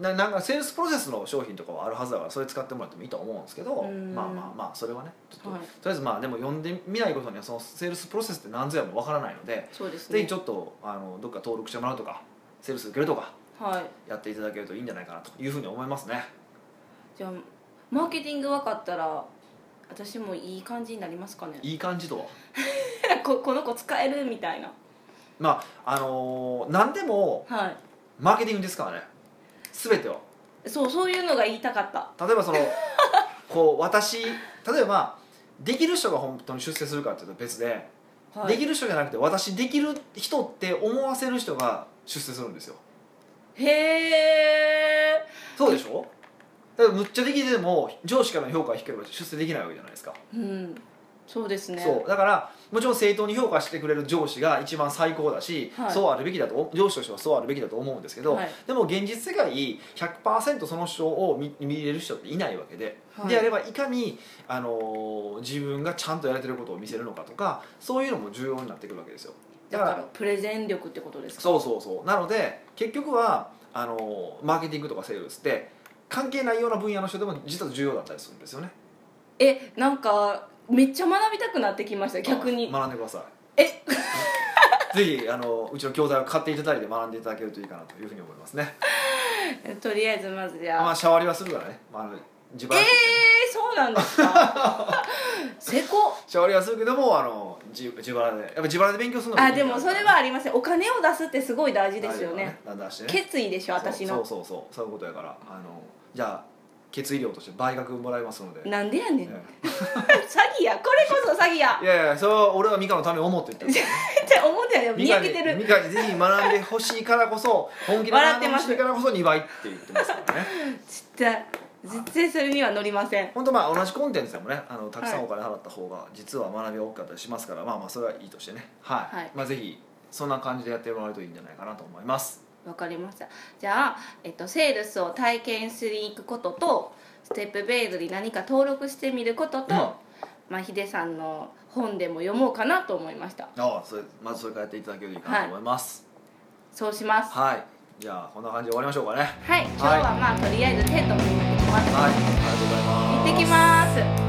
Speaker 1: ななんかセールスプロセスの商品とかはあるはずだからそれ使ってもらってもいいと思うんですけど
Speaker 2: うん
Speaker 1: まあまあまあそれはねちょっと、
Speaker 2: はい
Speaker 1: とりあえずまあでも読んでみないことにはそのセールスプロセスって何ぞやもわからないので、
Speaker 2: そうです
Speaker 1: ぜひ
Speaker 2: ね
Speaker 1: ちょっとあのどっか登録してもらうとかセールス受けるとか
Speaker 2: はい
Speaker 1: やっていただけるといいんじゃないかなというふうに思いますね
Speaker 2: じゃあマーケティング分かったら私もいい感じになりますかね
Speaker 1: いい感じとは
Speaker 2: こ この子使えるみたいな
Speaker 1: まああのー何でも
Speaker 2: は
Speaker 1: マーケティングですからね全てはい
Speaker 2: そうそういうのが言いたかった
Speaker 1: 例え ばそのこう私例えばできる人が本当に出世するかっていうと別で、
Speaker 2: はい
Speaker 1: できる人じゃなくて私できる人って思わせる人が出世するんですよ
Speaker 2: へえ
Speaker 1: そうでしょだからむっちゃできてても上司からの評価が低ければ出世できないわけじゃないですか、
Speaker 2: うんそうですね
Speaker 1: そうだからもちろん正当に評価してくれる上司が一番最高だし、
Speaker 2: はい
Speaker 1: そうあるべきだと上司としてはそうあるべきだと思うんですけど、
Speaker 2: はい
Speaker 1: でも現実世界100%その人を見見入れる人っていないわけで、
Speaker 2: はい
Speaker 1: であればいかに、あのー自分がちゃんとやれてることを見せるのかとかそういうのも重要になってくるわけですよ
Speaker 2: だからプレゼン力ってことですか
Speaker 1: そうそうそうなので結局はあのーマーケティングとかセールスって関係ないような分野の人でも実は重要だったりするんですよね
Speaker 2: えなんかめっちゃ学びたくなってきました逆に
Speaker 1: あ学んでください
Speaker 2: え
Speaker 1: ぜひあのうちの教材を買っていただいて学んでいただけるといいかなというふうに思いますね
Speaker 2: とりあえずまずじゃ
Speaker 1: ま
Speaker 2: あ
Speaker 1: あシャワリはするからね、まあ、あの自
Speaker 2: え
Speaker 1: 腹、
Speaker 2: えー、そうなんですか せこ
Speaker 1: シャワリはするけどもあの自自腹でやっぱ自腹で勉強するのいい
Speaker 2: あ
Speaker 1: な
Speaker 2: でもそれはありませんお金を出すってすごい大事ですよね
Speaker 1: だんだんしてね
Speaker 2: 決意でしょ私の
Speaker 1: そうそうそうそうそういうことやからあのじゃあ決意料として倍額もらいますので、
Speaker 2: なんでやねん詐
Speaker 1: え
Speaker 2: 欺やこれこそ詐欺や
Speaker 1: えいやいやそれは俺はミカのために思って言ってる
Speaker 2: って思ってたよ見
Speaker 1: カ
Speaker 2: 上
Speaker 1: に
Speaker 2: げてる
Speaker 1: ミカにぜひ学んでほしいからこそ本気で
Speaker 2: 笑
Speaker 1: 学
Speaker 2: っ
Speaker 1: ん
Speaker 2: て
Speaker 1: で
Speaker 2: ま
Speaker 1: ほ
Speaker 2: す
Speaker 1: しいからこそ2倍って言ってますからね
Speaker 2: 絶対絶対それには乗りません
Speaker 1: 本当まあ同じコンテンツでもねあのたくさ
Speaker 2: は
Speaker 1: ん
Speaker 2: い
Speaker 1: お金払った方が実は学びが大きかったりしますから、まあまあそれはいいとしてねはい、
Speaker 2: はい
Speaker 1: まあぜひそんな感じでやってもらうといいんじゃないかなと思います
Speaker 2: わかりましたじゃあ、えっと、セールスを体験しに行くこととステップベイルに何か登録してみることと、
Speaker 1: うん
Speaker 2: まあ、ヒデさんの本でも読もうかなと思いました
Speaker 1: ああそれまずそれからやっていただけるといいかなと思います
Speaker 2: そうします
Speaker 1: はい、じゃあこんな感じで終わりましょうかね
Speaker 2: はい今日はまあとりあえずテントを見に行きます
Speaker 1: はいありがとうございます
Speaker 2: 行ってきます